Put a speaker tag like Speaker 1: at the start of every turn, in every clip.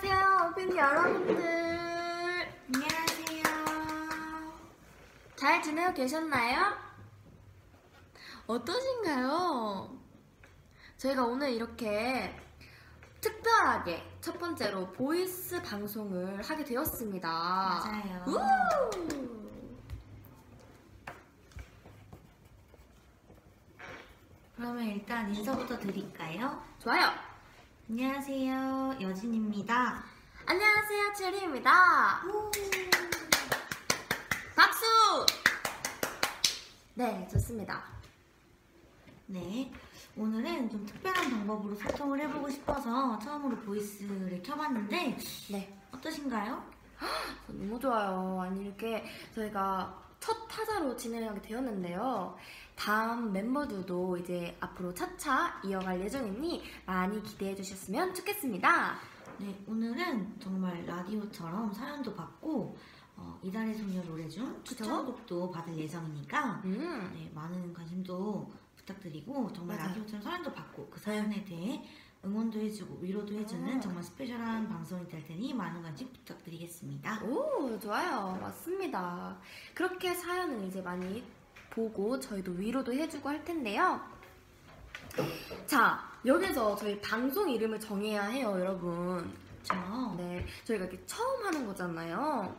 Speaker 1: 팬 여러분들 안녕하세요. 잘 지내고 계셨나요? 어떠신가요? 저희가 오늘 이렇게 특별하게 첫 번째로 보이스 방송을 하게 되었습니다.
Speaker 2: 맞아요.
Speaker 1: 우!
Speaker 2: 그러면 일단 인사부터 드릴까요?
Speaker 1: 좋아요.
Speaker 2: 안녕하세요, 여진입니다.
Speaker 1: 안녕하세요, 체리입니다. 박수! 네, 좋습니다.
Speaker 2: 네, 오늘은 좀 특별한 방법으로 소통을 해보고 싶어서 처음으로 보이스를 켜봤는데
Speaker 1: 네.
Speaker 2: 어떠신가요?
Speaker 1: 너무 좋아요. 아니 이렇게 저희가 첫 타자로 진행하게 되었는데요. 다음 멤버들도 이제 앞으로 차차 이어갈 예정이니 많이 기대해 주셨으면 좋겠습니다.
Speaker 2: 네, 오늘은 정말 라디오처럼 사연도 받고 어, 이달의 소녀 노래 중
Speaker 1: 그쵸?
Speaker 2: 추천곡도 받을 예정이니까
Speaker 1: 음,
Speaker 2: 네, 많은 관심도 부탁드리고 정말
Speaker 1: 맞아요.
Speaker 2: 라디오처럼 사연도 받고 그 사연에 대해 응원도 해주고 위로도 해주는
Speaker 1: 음.
Speaker 2: 정말 스페셜한 방송이 될 테니 많은 관심 부탁드리겠습니다.
Speaker 1: 오, 좋아요. 맞습니다. 그렇게 사연을 이제 많이 보고 저희도 위로도 해주고 할 텐데요. 자, 여기서 저희 방송 이름을 정해야 해요, 여러분.
Speaker 2: 그렇죠?
Speaker 1: 네, 저희가 이렇게 처음 하는 거잖아요.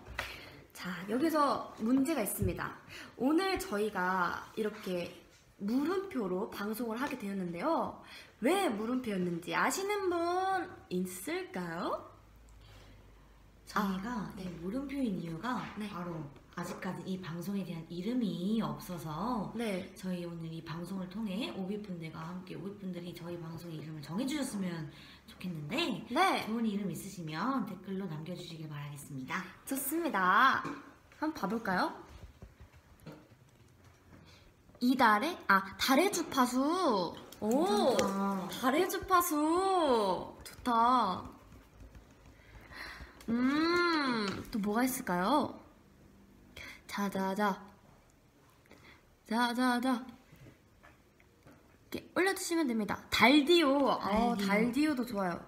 Speaker 1: 자, 여기서 문제가 있습니다. 오늘 저희가 이렇게 물음표로 방송을 하게 되었는데요. 왜 물음표였는지 아시는 분 있을까요?
Speaker 2: 저희가 이
Speaker 1: 네.
Speaker 2: 물음표인 이유가
Speaker 1: 네.
Speaker 2: 바로 아직까지 이 방송에 대한 이름이 없어서
Speaker 1: 네.
Speaker 2: 저희 오늘 이 방송을 통해 오비분들과 함께 오비분들이 저희 방송 이름을 정해주셨으면 좋겠는데
Speaker 1: 네,
Speaker 2: 좋은 이름 있으시면 댓글로 남겨주시길 바라겠습니다.
Speaker 1: 좋습니다. 한번 봐볼까요? 이달의, 아, 달의 주파수. 오!
Speaker 2: 감사합니다.
Speaker 1: 달의 주파수 좋다. 음, 또 뭐가 있을까요? 자자자. 자자자. 이렇게 올려주시면 됩니다. 달디오. 어,
Speaker 2: 달디오.
Speaker 1: 달디오도 좋아요.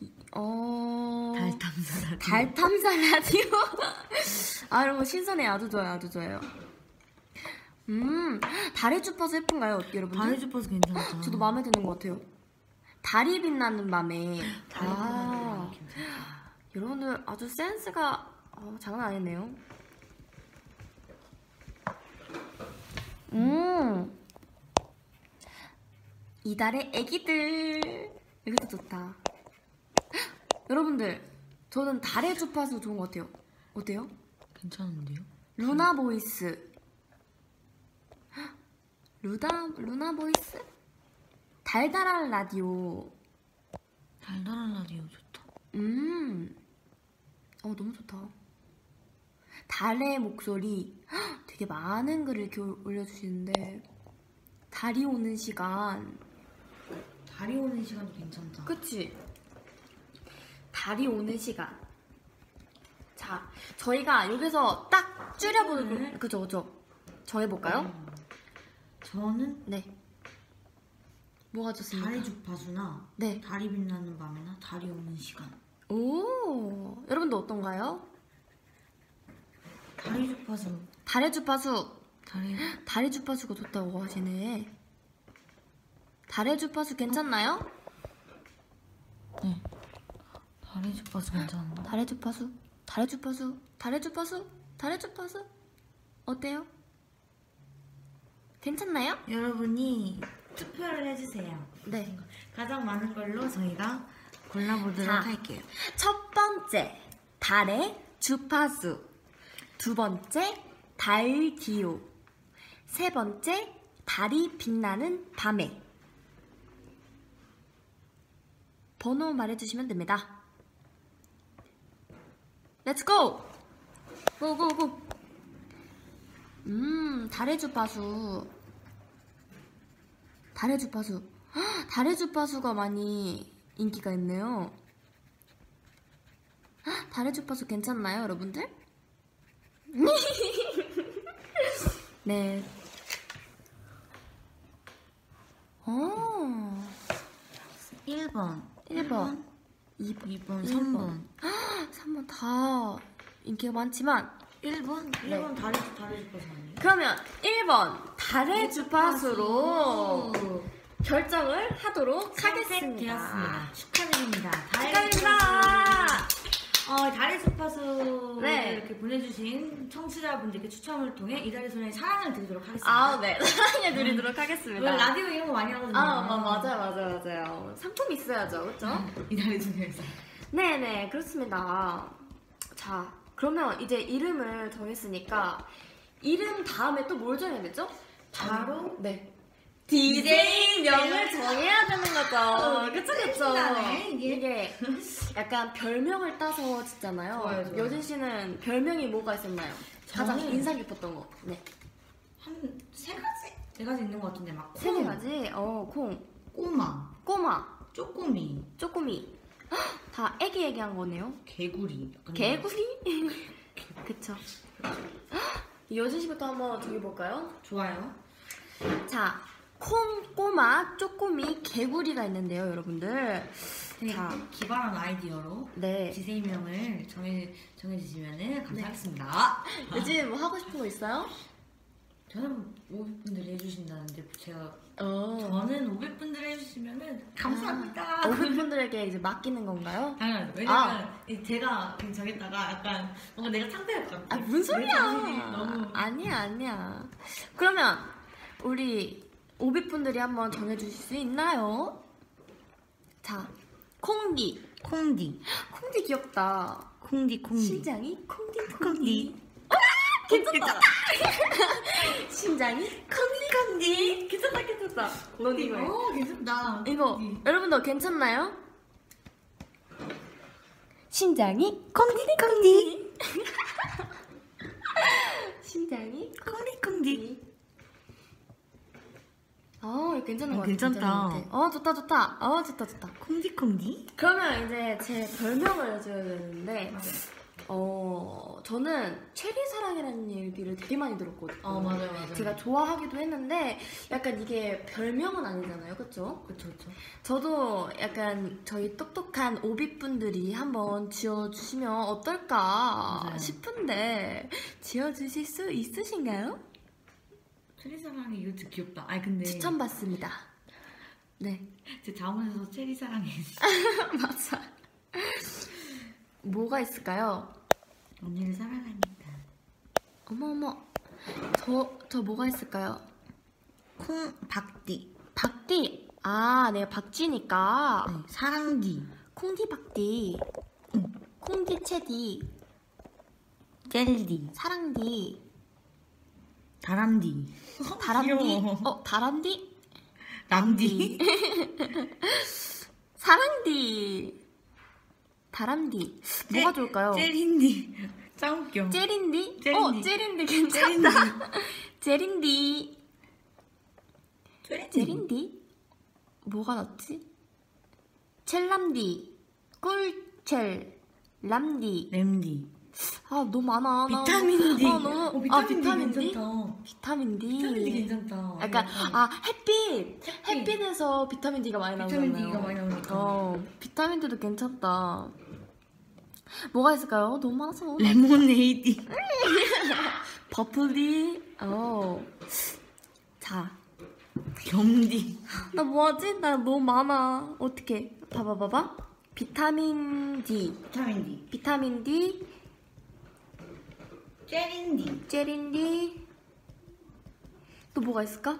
Speaker 1: 이- 어.
Speaker 2: 달 탐사라.
Speaker 1: 달 탐사 라디오. 아, 이런 거 신선해. 아주 좋아요. 아주 좋아요. 음, 달의 주파수 예쁜가요, 여러분들?
Speaker 2: 달의 주파수 괜찮죠?
Speaker 1: 저도 마음에 드는 것 같아요. 달이 빛나는 밤에.
Speaker 2: 달의
Speaker 1: 아,
Speaker 2: 주파수 괜찮죠?
Speaker 1: 여러분들 아주 센스가 어, 장난 아니네요. 음. 이달의 애기들. 이것도 좋다. 여러분들, 저는 달의 주파수 좋은 것 같아요. 어때요?
Speaker 2: 괜찮은데요?
Speaker 1: 루나 보이스. 루다 루나 보이스? 달달한 라디오.
Speaker 2: 달달한 라디오 좋다.
Speaker 1: 음. 어 너무 좋다. 달의 목소리. 헉, 되게 많은 글을 이렇게 올려주시는데 달이 오는 시간.
Speaker 2: 달이 오는 시간도 괜찮다.
Speaker 1: 그치? 달이 오는 시간. 자, 저희가 여기서 딱 줄여보는 거- 그죠 그죠. 저 해볼까요?
Speaker 2: 음, 저는
Speaker 1: 네. 뭐가 좋습니까?
Speaker 2: 달의 주파수나
Speaker 1: 네.
Speaker 2: 달이 빛나는 밤이나 달이 오는 시간.
Speaker 1: 오, 여러분들 어떤가요?
Speaker 2: 달의 주파수.
Speaker 1: 달의 주파수,
Speaker 2: 달의
Speaker 1: 달의 주파수가 좋다고 하시네. 달의 주파수 괜찮나요?
Speaker 2: 네. 달의 주파수 괜찮은데.
Speaker 1: 달의 주파수, 달의 주파수, 달의 주파수, 달의 주파수. 어때요? 괜찮나요?
Speaker 2: 여러분이 투표를 해주세요.
Speaker 1: 네.
Speaker 2: 가장 많은 걸로 저희가 골라보도록
Speaker 1: 자.
Speaker 2: 할게요.
Speaker 1: 첫 번째, 달의 주파수. 두 번째, 달기호. 세 번째, 달이 빛나는 밤에. 번호 말해주시면 됩니다. 렛츠 고! 고고고! 음, 달의 주파수. 달의 주파수. 헉, 달의 주파수가 많이 인기가 있네요. 달의 주파수 괜찮나요, 여러분들? 네. 어,
Speaker 2: 1번.
Speaker 1: 1번. 2번,
Speaker 2: 2번,
Speaker 1: 3번.
Speaker 2: 3번.
Speaker 1: 3번 다 인기가 많지만
Speaker 2: 1번?
Speaker 1: 네.
Speaker 2: 1번 다리 다리 싶어서 아니에요?
Speaker 1: 그러면 1번 달의 네, 주파수로
Speaker 2: 주파수.
Speaker 1: 결정을 하도록 하겠습니다.
Speaker 2: 선택되었습니다. 축하드립니다. 다리
Speaker 1: 축하드립니다.
Speaker 2: 주파수. 어, 다리 주파수를
Speaker 1: 네.
Speaker 2: 이렇게 보내주신 청취자분들께 추첨을 통해 이달의 소녀의 사랑을 드리도록 하겠습니다.
Speaker 1: 아, 네. 사랑해 드리도록
Speaker 2: 왜
Speaker 1: 하겠습니다.
Speaker 2: 라디오 이런 거 많이 하거든요.
Speaker 1: 아, 마- 맞아요, 맞아요, 맞아요. 상품 있어야죠, 그렇죠?
Speaker 2: 이달의 소녀의 사랑.
Speaker 1: 네네 그렇습니다 자 그러면 이제 이름을 정했으니까 이름 다음에 또 뭘 정해야 되죠?
Speaker 2: 바로?
Speaker 1: 네 DJ 명을 정해야 되는 거죠
Speaker 2: 어,
Speaker 1: 그쵸 그쵸
Speaker 2: 신나네, 이게.
Speaker 1: 이게 약간 별명을 따서 짓잖아요
Speaker 2: 좋아요, 좋아요.
Speaker 1: 여진 씨는 별명이 뭐가 있었나요? 가장
Speaker 2: 저는-
Speaker 1: 인상 깊었던 거 네.
Speaker 2: 한 세 가지? 세 가지 있는 것 같은데 막
Speaker 1: 세개
Speaker 2: 콩,
Speaker 1: 가지 어, 콩,
Speaker 2: 꼬마,
Speaker 1: 꼬마,
Speaker 2: 쪼꼬미,
Speaker 1: 쪼꼬미 헉, 다 애기 얘기한 거네요
Speaker 2: 개구리 약간
Speaker 1: 개구리? 그쵸. 여진 씨부터 한번 정해볼까요?
Speaker 2: 좋아요
Speaker 1: 자, 콩, 꼬마, 쪼꼬미, 개구리가 있는데요, 여러분들.
Speaker 2: 되게
Speaker 1: 자.
Speaker 2: 기발한 아이디어로
Speaker 1: 네.
Speaker 2: 기세명을 정해, 정해주시면 감사하겠습니다
Speaker 1: 요즘 뭐 하고 싶은 거 있어요?
Speaker 2: 저는 500분들이 해주신다는데 제가
Speaker 1: 어. 아,
Speaker 2: 저는 500분들이 해주시면 감사합니다
Speaker 1: 어른분들에게 이제 맡기는 건가요?
Speaker 2: 당연하죠 왜냐면 이 제가 그냥 정했다가 약간 뭔가 내가 창피할 것
Speaker 1: 아,
Speaker 2: 같아요
Speaker 1: 뭔
Speaker 2: 내 자신이
Speaker 1: 소리야.
Speaker 2: 너무
Speaker 1: 아니야, 아니야. 그러면, 우리 오비분들이 한번 정해주실 수 있나요? 자, 콩디.
Speaker 2: 콩디
Speaker 1: 콩디 귀엽다.
Speaker 2: 콩디
Speaker 1: 음.
Speaker 2: 콩디
Speaker 1: 심장이 콩디콩디.
Speaker 2: 콩디.
Speaker 1: 괜찮다. 심장이 콩디콩디. 괜찮다, 괜찮다. 넌 이거. 음.
Speaker 2: 오 어, 괜찮다
Speaker 1: 어? 이거
Speaker 2: 콩디.
Speaker 1: 여러분도 괜찮나요? 심장이 콩디콩디. 심장이
Speaker 2: 콩디콩디
Speaker 1: 어, 이거 괜찮은
Speaker 2: 어,
Speaker 1: 것 같아.
Speaker 2: 괜찮다.
Speaker 1: 괜찮은 것 같아. 어, 좋다, 좋다. 어, 좋다, 좋다.
Speaker 2: 콩디콩디
Speaker 1: 그러면 이제 제 별명을 해줘야 되는데, 어, 저는 체리사랑이라는 얘기를 되게 많이 들었거든요.
Speaker 2: 어 맞아요 맞아요
Speaker 1: 제가 좋아하기도 했는데 약간 이게 별명은 아니잖아요, 그렇죠?
Speaker 2: 그쵸 그쵸
Speaker 1: 저도 약간 저희 똑똑한 오비분들이 한번 지어주시면 어떨까
Speaker 2: 맞아요.
Speaker 1: 싶은데 지어주실 수 있으신가요?
Speaker 2: 체리사랑이 이것도 귀엽다 아니 근데
Speaker 1: 추천받습니다. 네,
Speaker 2: 제 자원에서 체리사랑이
Speaker 1: 맞아. 뭐가 있을까요?
Speaker 2: 언니를 사랑합니다
Speaker 1: 어머 어머, 저 저 뭐가 있을까요?
Speaker 2: 콩 박디
Speaker 1: 박디, 아, 네 박쥐니까
Speaker 2: 네, 사랑디
Speaker 1: 콩디 박디, 콩디 채디.
Speaker 2: 젤디
Speaker 1: 사랑디,
Speaker 2: 다람디
Speaker 1: 다람디,
Speaker 2: 귀여워.
Speaker 1: 어 다람디,
Speaker 2: 람디
Speaker 1: 사랑디, 다람디, 뭐가
Speaker 2: 제-
Speaker 1: 좋을까요?
Speaker 2: 젤린디 짱 웃겨
Speaker 1: 젤인디, 어
Speaker 2: 젤인디.
Speaker 1: 젤인디
Speaker 2: 젤린디
Speaker 1: 괜찮다. 젤인디, 젤인디, 뭐가 낫지? 첼람디, 꿀첼, 람디,
Speaker 2: 램디
Speaker 1: 아 너무 많아. 나-
Speaker 2: 비타민디
Speaker 1: 아 너무, 아 비타민 D,
Speaker 2: 괜찮다
Speaker 1: 비타민
Speaker 2: 비타민 D 네.
Speaker 1: D.
Speaker 2: 괜찮다
Speaker 1: 약간 아 햇빛,
Speaker 2: 햇빛.
Speaker 1: 햇빛에서 비타민 D가 많이 나오잖아요.
Speaker 2: 비타민 D가 많이 나오니까
Speaker 1: 어, 비타민도 괜찮다. 뭐가 있을까요? 너무 많아서.
Speaker 2: 레모네이디
Speaker 1: 버플리. 어. 자,
Speaker 2: 겸디
Speaker 1: 나 뭐하지? 나 너무 많아. 어떻게? 봐봐, 봐봐. 비타민 D,
Speaker 2: 비타민 D
Speaker 1: 비타민 D,
Speaker 2: 젤린디
Speaker 1: 젤린 D. 또 뭐가 있을까?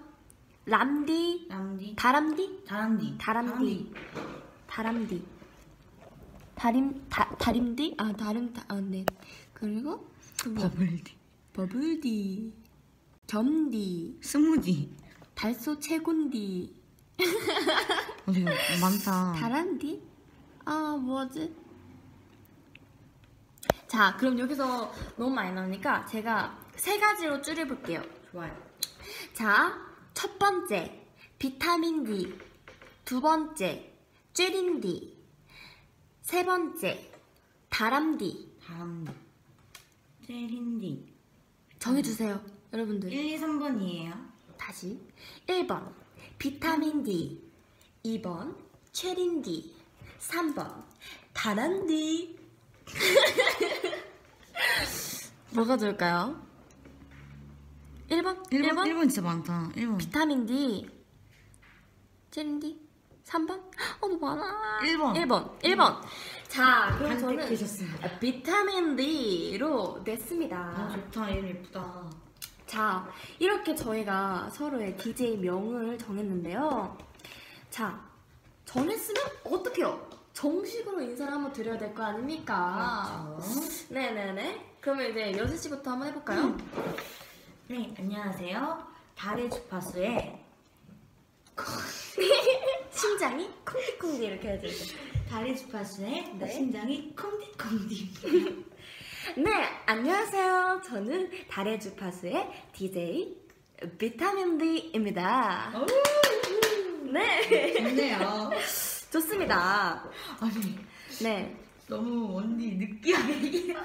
Speaker 1: 람디,
Speaker 2: 람디
Speaker 1: 다람디,
Speaker 2: 다람디
Speaker 1: 다람디. 다람디, 다림, 다, 다림디? 아, 다림, 다, 아, 네. 그리고 또 뭐?
Speaker 2: 버블디
Speaker 1: 버블디, 겸디,
Speaker 2: 스무디
Speaker 1: 달소 채곤디,
Speaker 2: 어, 되게 많다
Speaker 1: 다란디? 아 뭐지? 자 그럼 여기서 너무 많이 나오니까 제가 세 가지로 줄여볼게요.
Speaker 2: 좋아요
Speaker 1: 자 첫 번째 비타민 D, 두 번째 쯔린디, 세 번째 다람디
Speaker 2: 다람디 젤린디
Speaker 1: 정해주세요 여러분들.
Speaker 2: 1, 2, 3번이에요
Speaker 1: 다시 1번 비타민 D 2번 체린 D 3번 다란디 뭐가 좋을까요? 1번?
Speaker 2: 1번? 1번 진짜 많다. 1번.
Speaker 1: 비타민 D 젤리 3번? 어, 너 많아.
Speaker 2: 일 번. 음.
Speaker 1: 1번. 1번. 자, 그럼 저는
Speaker 2: 선택되셨습니다.
Speaker 1: 비타민 D로 냈습니다.
Speaker 2: 아, 좋다. 이름 예쁘다.
Speaker 1: 자, 이렇게 저희가 서로의 DJ 명을 정했는데요. 자, 정했으면 어떡해요? 정식으로 인사를 한번 드려야 될 거 아닙니까?
Speaker 2: 그렇죠. 음.
Speaker 1: 네네네. 그러면 이제 여진 씨부터 한번 해볼까요?
Speaker 2: 네, 안녕하세요. 달의 주파수의
Speaker 1: 심장이 쿵디쿵디 이렇게 해주세요.
Speaker 2: 달의 주파수의
Speaker 1: 네.
Speaker 2: 심장이 콩디콩디.
Speaker 1: 네, 안녕하세요. 저는 달의 주파수의 DJ
Speaker 2: 어.
Speaker 1: 비타민D입니다. 네,
Speaker 2: 좋네요.
Speaker 1: 좋습니다.
Speaker 2: 아니,
Speaker 1: 네.
Speaker 2: 너무 언니 느끼하게 얘기해.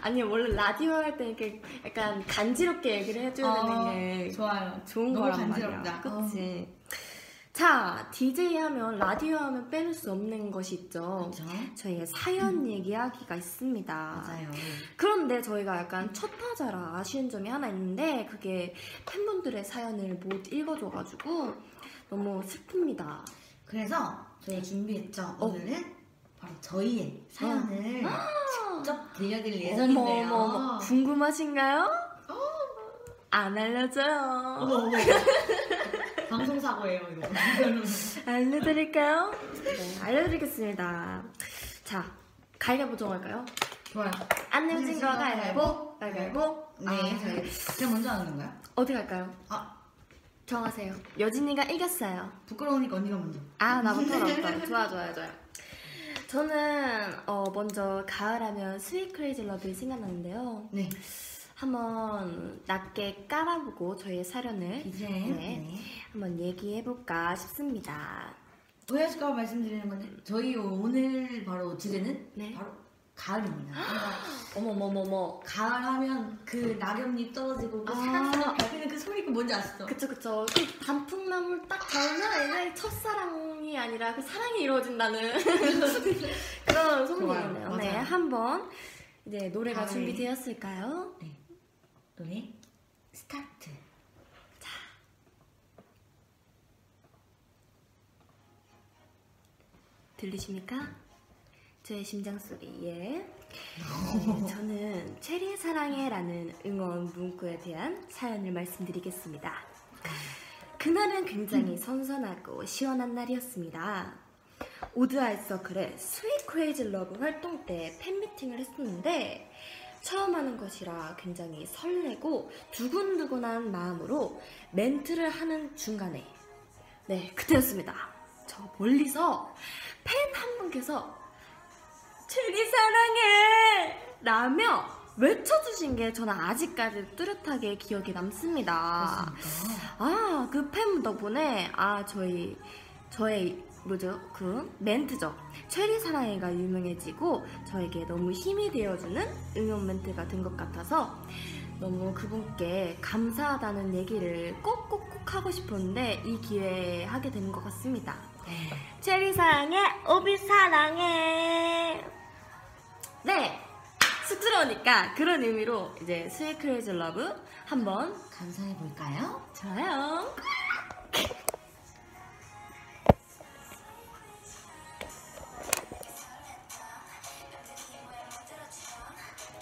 Speaker 1: 아니, 원래 라디오 할 때 이렇게 약간 간지럽게 얘기를 해줘야 되는 게
Speaker 2: 어, 좋아요.
Speaker 1: 좋은
Speaker 2: 아, 너무
Speaker 1: 거란 말이야.
Speaker 2: 간지럽다. 어.
Speaker 1: 그치. 자, DJ 하면, 라디오 하면 빼놓을 수 없는 것이 있죠.
Speaker 2: 그렇죠.
Speaker 1: 저희의 사연 얘기하기가 있습니다.
Speaker 2: 음. 맞아요.
Speaker 1: 그런데 저희가 약간 첫 타자라 아쉬운 점이 하나 있는데 그게 팬분들의 사연을 못 읽어줘가지고 너무 슬픕니다.
Speaker 2: 그래서 저희 준비했죠.
Speaker 1: 어.
Speaker 2: 오늘은 바로 저희의 사연을 직접 들려드릴 예정인데요. 아.
Speaker 1: 어머, 어머, 어머. 궁금하신가요? 안
Speaker 2: 어머,
Speaker 1: 알려줘요.
Speaker 2: 어머. 방송 사고예요 이거.
Speaker 1: 알려드릴까요? 네, 알려드리겠습니다. 자, 가위바위보 정할까요?
Speaker 2: 좋아요.
Speaker 1: 안내진과
Speaker 2: 가위바위보.
Speaker 1: 가위바위보, 가위바위보. 아,
Speaker 2: 네, 저희 제가 먼저 하는 거야?
Speaker 1: 어디 갈까요?
Speaker 2: 아
Speaker 1: 정하세요. 여진이가 이겼어요.
Speaker 2: 부끄러우니까 언니가 먼저.
Speaker 1: 아 나부터 나부터 좋아 좋아 좋아 저는 어, 먼저 가을하면 스윗 크레이지 러브이 생각나는데요
Speaker 2: 네.
Speaker 1: 한번 낮게 깔아보고 저희의 사연을
Speaker 2: 이제 네.
Speaker 1: 한번 얘기해볼까 싶습니다
Speaker 2: 오해하실까 봐 말씀드리는 건데 저희 오늘 바로 주제는
Speaker 1: 네.
Speaker 2: 바로 가을입니다. 그러니까
Speaker 1: 어머머머머
Speaker 2: 가을 하면 그 낙엽잎 떨어지고 그
Speaker 1: 아.
Speaker 2: 사랑스럽게 밟히는 그 소리 그 뭔지 아시죠?
Speaker 1: 그쵸 그쵸 그 단풍나물 딱 닿으면 옛날 첫사랑이 아니라 그 사랑이 이루어진다는 그런 소문이네요
Speaker 2: 좋아요,
Speaker 1: 네
Speaker 2: 맞아요.
Speaker 1: 한번 이제 노래가
Speaker 2: 가을.
Speaker 1: 준비되었을까요?
Speaker 2: 네. 노래 스타트.
Speaker 1: 들리십니까? 저의 심장 소리에 예. 네, 저는 체리의 사랑해라는 응원 문구에 대한 사연을 말씀드리겠습니다. 그날은 굉장히 선선하고 시원한 날이었습니다. 오드 아이서클의 스윗 크레이지 러브 활동 때 팬미팅을 했었는데 처음 하는 것이라 굉장히 설레고 두근두근한 마음으로 멘트를 하는 중간에 네 그때였습니다. 저 멀리서 팬 한 분께서 제니 사랑해 라며 외쳐주신 게 저는 아직까지 뚜렷하게 기억에 남습니다.
Speaker 2: 그렇습니까?
Speaker 1: 아, 그 팬 덕분에, 아, 저희, 저의, 뭐죠? 그, 멘트죠. 체리 사랑해가 유명해지고, 저에게 너무 힘이 되어주는 응원 멘트가 된 것 같아서, 너무 그분께 감사하다는 얘기를 꼭꼭꼭 하고 싶었는데, 이 기회에 하게 되는 것 같습니다.
Speaker 2: 네.
Speaker 1: 체리 사랑해, 오비 사랑해. 네! 쑥스러우니까 그런 의미로 이제 스웨 크레이즈 러브 한번
Speaker 2: 감상해 볼까요?
Speaker 1: 좋아요.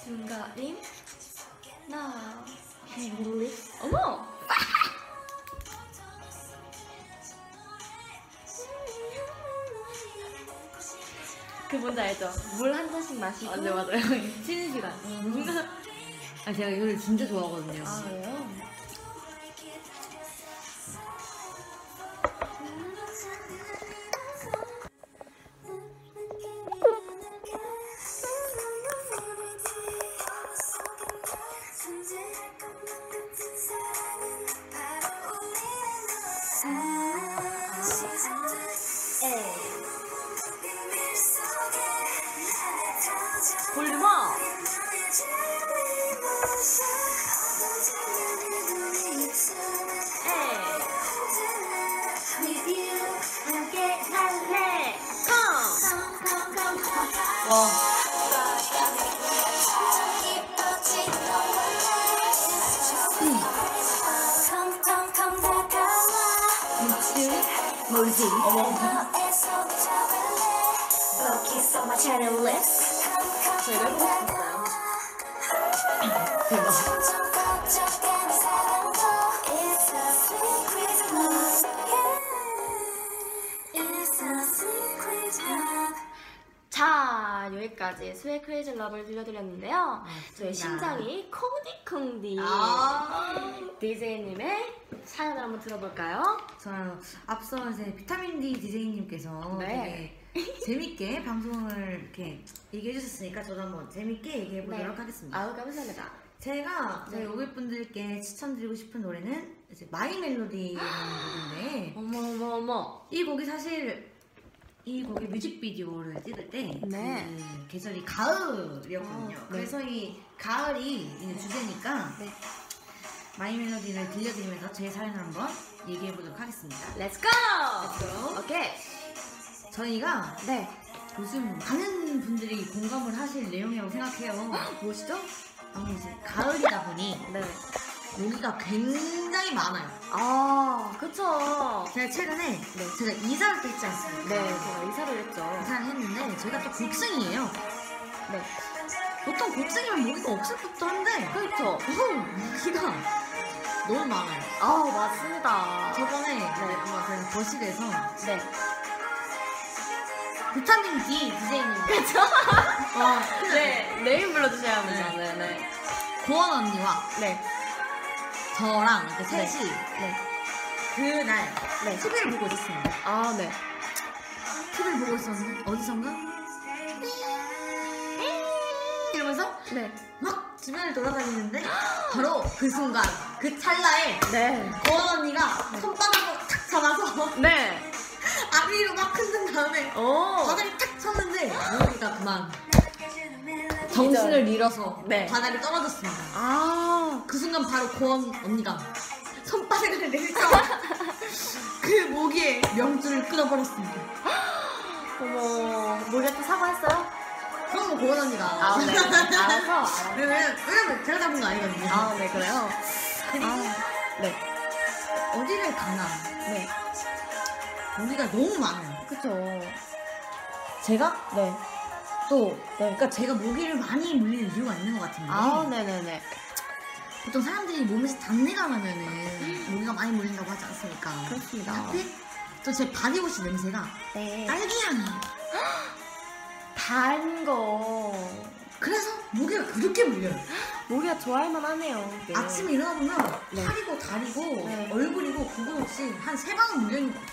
Speaker 1: 중거림 나 네, 어머 그 뭔지 알죠? 물 한 잔씩 마시고
Speaker 2: 맞네 맞아요. 쉬는 시간.
Speaker 1: 음.
Speaker 2: 뭔가 아 제가 이 노래 진짜 좋아하거든요.
Speaker 1: 아 왜요? 볼륨업! 네, 에이!
Speaker 3: With you, 함께 할래.
Speaker 1: 컴!
Speaker 3: Come
Speaker 2: 와, 뭔지. 어머.
Speaker 1: 자, 여기까지 스웨 크레이지 러브를
Speaker 2: 아,
Speaker 1: 들려드렸는데요. 저희
Speaker 2: 맞습니다.
Speaker 1: 심장이 콩디콩디.
Speaker 2: 아.
Speaker 1: DJ님의 사연을 한번 들어볼까요?
Speaker 2: 좋아요. 앞서 이제 비타민 D 디제이님께서
Speaker 1: 네.
Speaker 2: 되게 재밌게 방송을 이렇게 얘기해 주셨으니까 저도 한번 재밌게 얘기해 보도록
Speaker 1: 네.
Speaker 2: 하겠습니다.
Speaker 1: 아우, 감사합니다.
Speaker 2: 제가 저희
Speaker 1: 네.
Speaker 2: 오객분들께 추천드리고 싶은 노래는 이제 마이
Speaker 1: 아.
Speaker 2: 멜로디라는 곡인데
Speaker 1: 어머, 어머, 어머.
Speaker 2: 이 곡이 사실 이 곡의 뮤직비디오를 찍을 때
Speaker 1: 네.
Speaker 2: 그 계절이 가을이었거든요.
Speaker 1: 아, 네.
Speaker 2: 그래서 이 가을이 이 주제니까
Speaker 1: 네.
Speaker 2: 마이 멜로디를 들려드리면서 제 사연을 한번 얘기해 보도록 하겠습니다.
Speaker 1: Let's go!
Speaker 2: go.
Speaker 1: 오케이.
Speaker 2: 저희가
Speaker 1: 네.
Speaker 2: 요즘 많은 분들이 공감을 하실 내용이라고 생각해요.
Speaker 1: 무엇이죠?
Speaker 2: 아니 이제 가을이다 보니
Speaker 1: 네.
Speaker 2: 여기가 굉장히 많아요.
Speaker 1: 아, 그쵸.
Speaker 2: 제가 최근에 제가 이사를 또 했지 않습니까?
Speaker 1: 네, 제가 이사를 했죠.
Speaker 2: 이사를 했는데 저희가 또 곡승이에요.
Speaker 1: 네.
Speaker 2: 보통 곡승이면 모기가 없을 법도 한데
Speaker 1: 그쵸.
Speaker 2: 무슨 모기가 너무 많아요.
Speaker 1: 아우, 맞습니다.
Speaker 2: 저번에 이제 아마 제가 거실에서
Speaker 1: 네.
Speaker 2: 비타민 D DJ님 어,
Speaker 1: 그쵸?
Speaker 2: 와
Speaker 1: 네. 네임 불러주셔야 합니다. 네, 네.
Speaker 2: 고원 언니와
Speaker 1: 네.
Speaker 2: 저랑 이렇게
Speaker 1: 네.
Speaker 2: 셋이
Speaker 1: 네.
Speaker 2: 그날
Speaker 1: 네.
Speaker 2: TV를 보고 있었습니다.
Speaker 1: 아, 네.
Speaker 2: TV를 보고 있었는데 어디선가 음! 이러면서
Speaker 1: 네.
Speaker 2: 막 주변을 돌아다니는데 바로 그 순간 그 찰나에
Speaker 1: 네.
Speaker 2: 고원 언니가 손바닥으로 탁 잡아서
Speaker 1: 네.
Speaker 2: 아비로 막 흔든 다음에
Speaker 1: 오.
Speaker 2: 바닥에 탁 쳤는데 모기가 그만 정신을 잃어서
Speaker 1: 네.
Speaker 2: 바닥에 떨어졌습니다.
Speaker 1: 아.
Speaker 2: 그 순간 바로 고원 언니가 손바닥을 내밀쳐 그 모기의 명줄을 끊어버렸습니다.
Speaker 1: 어머. 모기한테 사과했어요?
Speaker 2: 그건 뭐 고원 언니가
Speaker 1: 아, 네. 알아서. 알아서.
Speaker 2: 왜냐면 왜냐면 제가 잡은 거 아니거든요.
Speaker 1: 아, 네, 그래요?
Speaker 2: 그리고
Speaker 1: 아, 네.
Speaker 2: 어디를 가나
Speaker 1: 네.
Speaker 2: 모기가 너무 많아요.
Speaker 1: 그쵸.
Speaker 2: 제가
Speaker 1: 네.
Speaker 2: 또 그러니까 제가 모기를 많이 물리는 이유가 있는 것 같은데
Speaker 1: 아, 네네네.
Speaker 2: 보통 사람들이 몸에서 잡내가 나면은 모기가 많이 물린다고 하지 않습니까?
Speaker 1: 그렇습니다.
Speaker 2: 근데 또 제 바디워시 냄새가
Speaker 1: 네.
Speaker 2: 딸기향이에요.
Speaker 1: 단 거.
Speaker 2: 그래서 모기가 그렇게 물려요.
Speaker 1: 모기가 좋아할만 하네요. 네.
Speaker 2: 아침에 일어나면
Speaker 1: 네.
Speaker 2: 팔이고 다리고
Speaker 1: 네.
Speaker 2: 얼굴이고 구분 없이 한 세 방은 물려있는 것 같아요.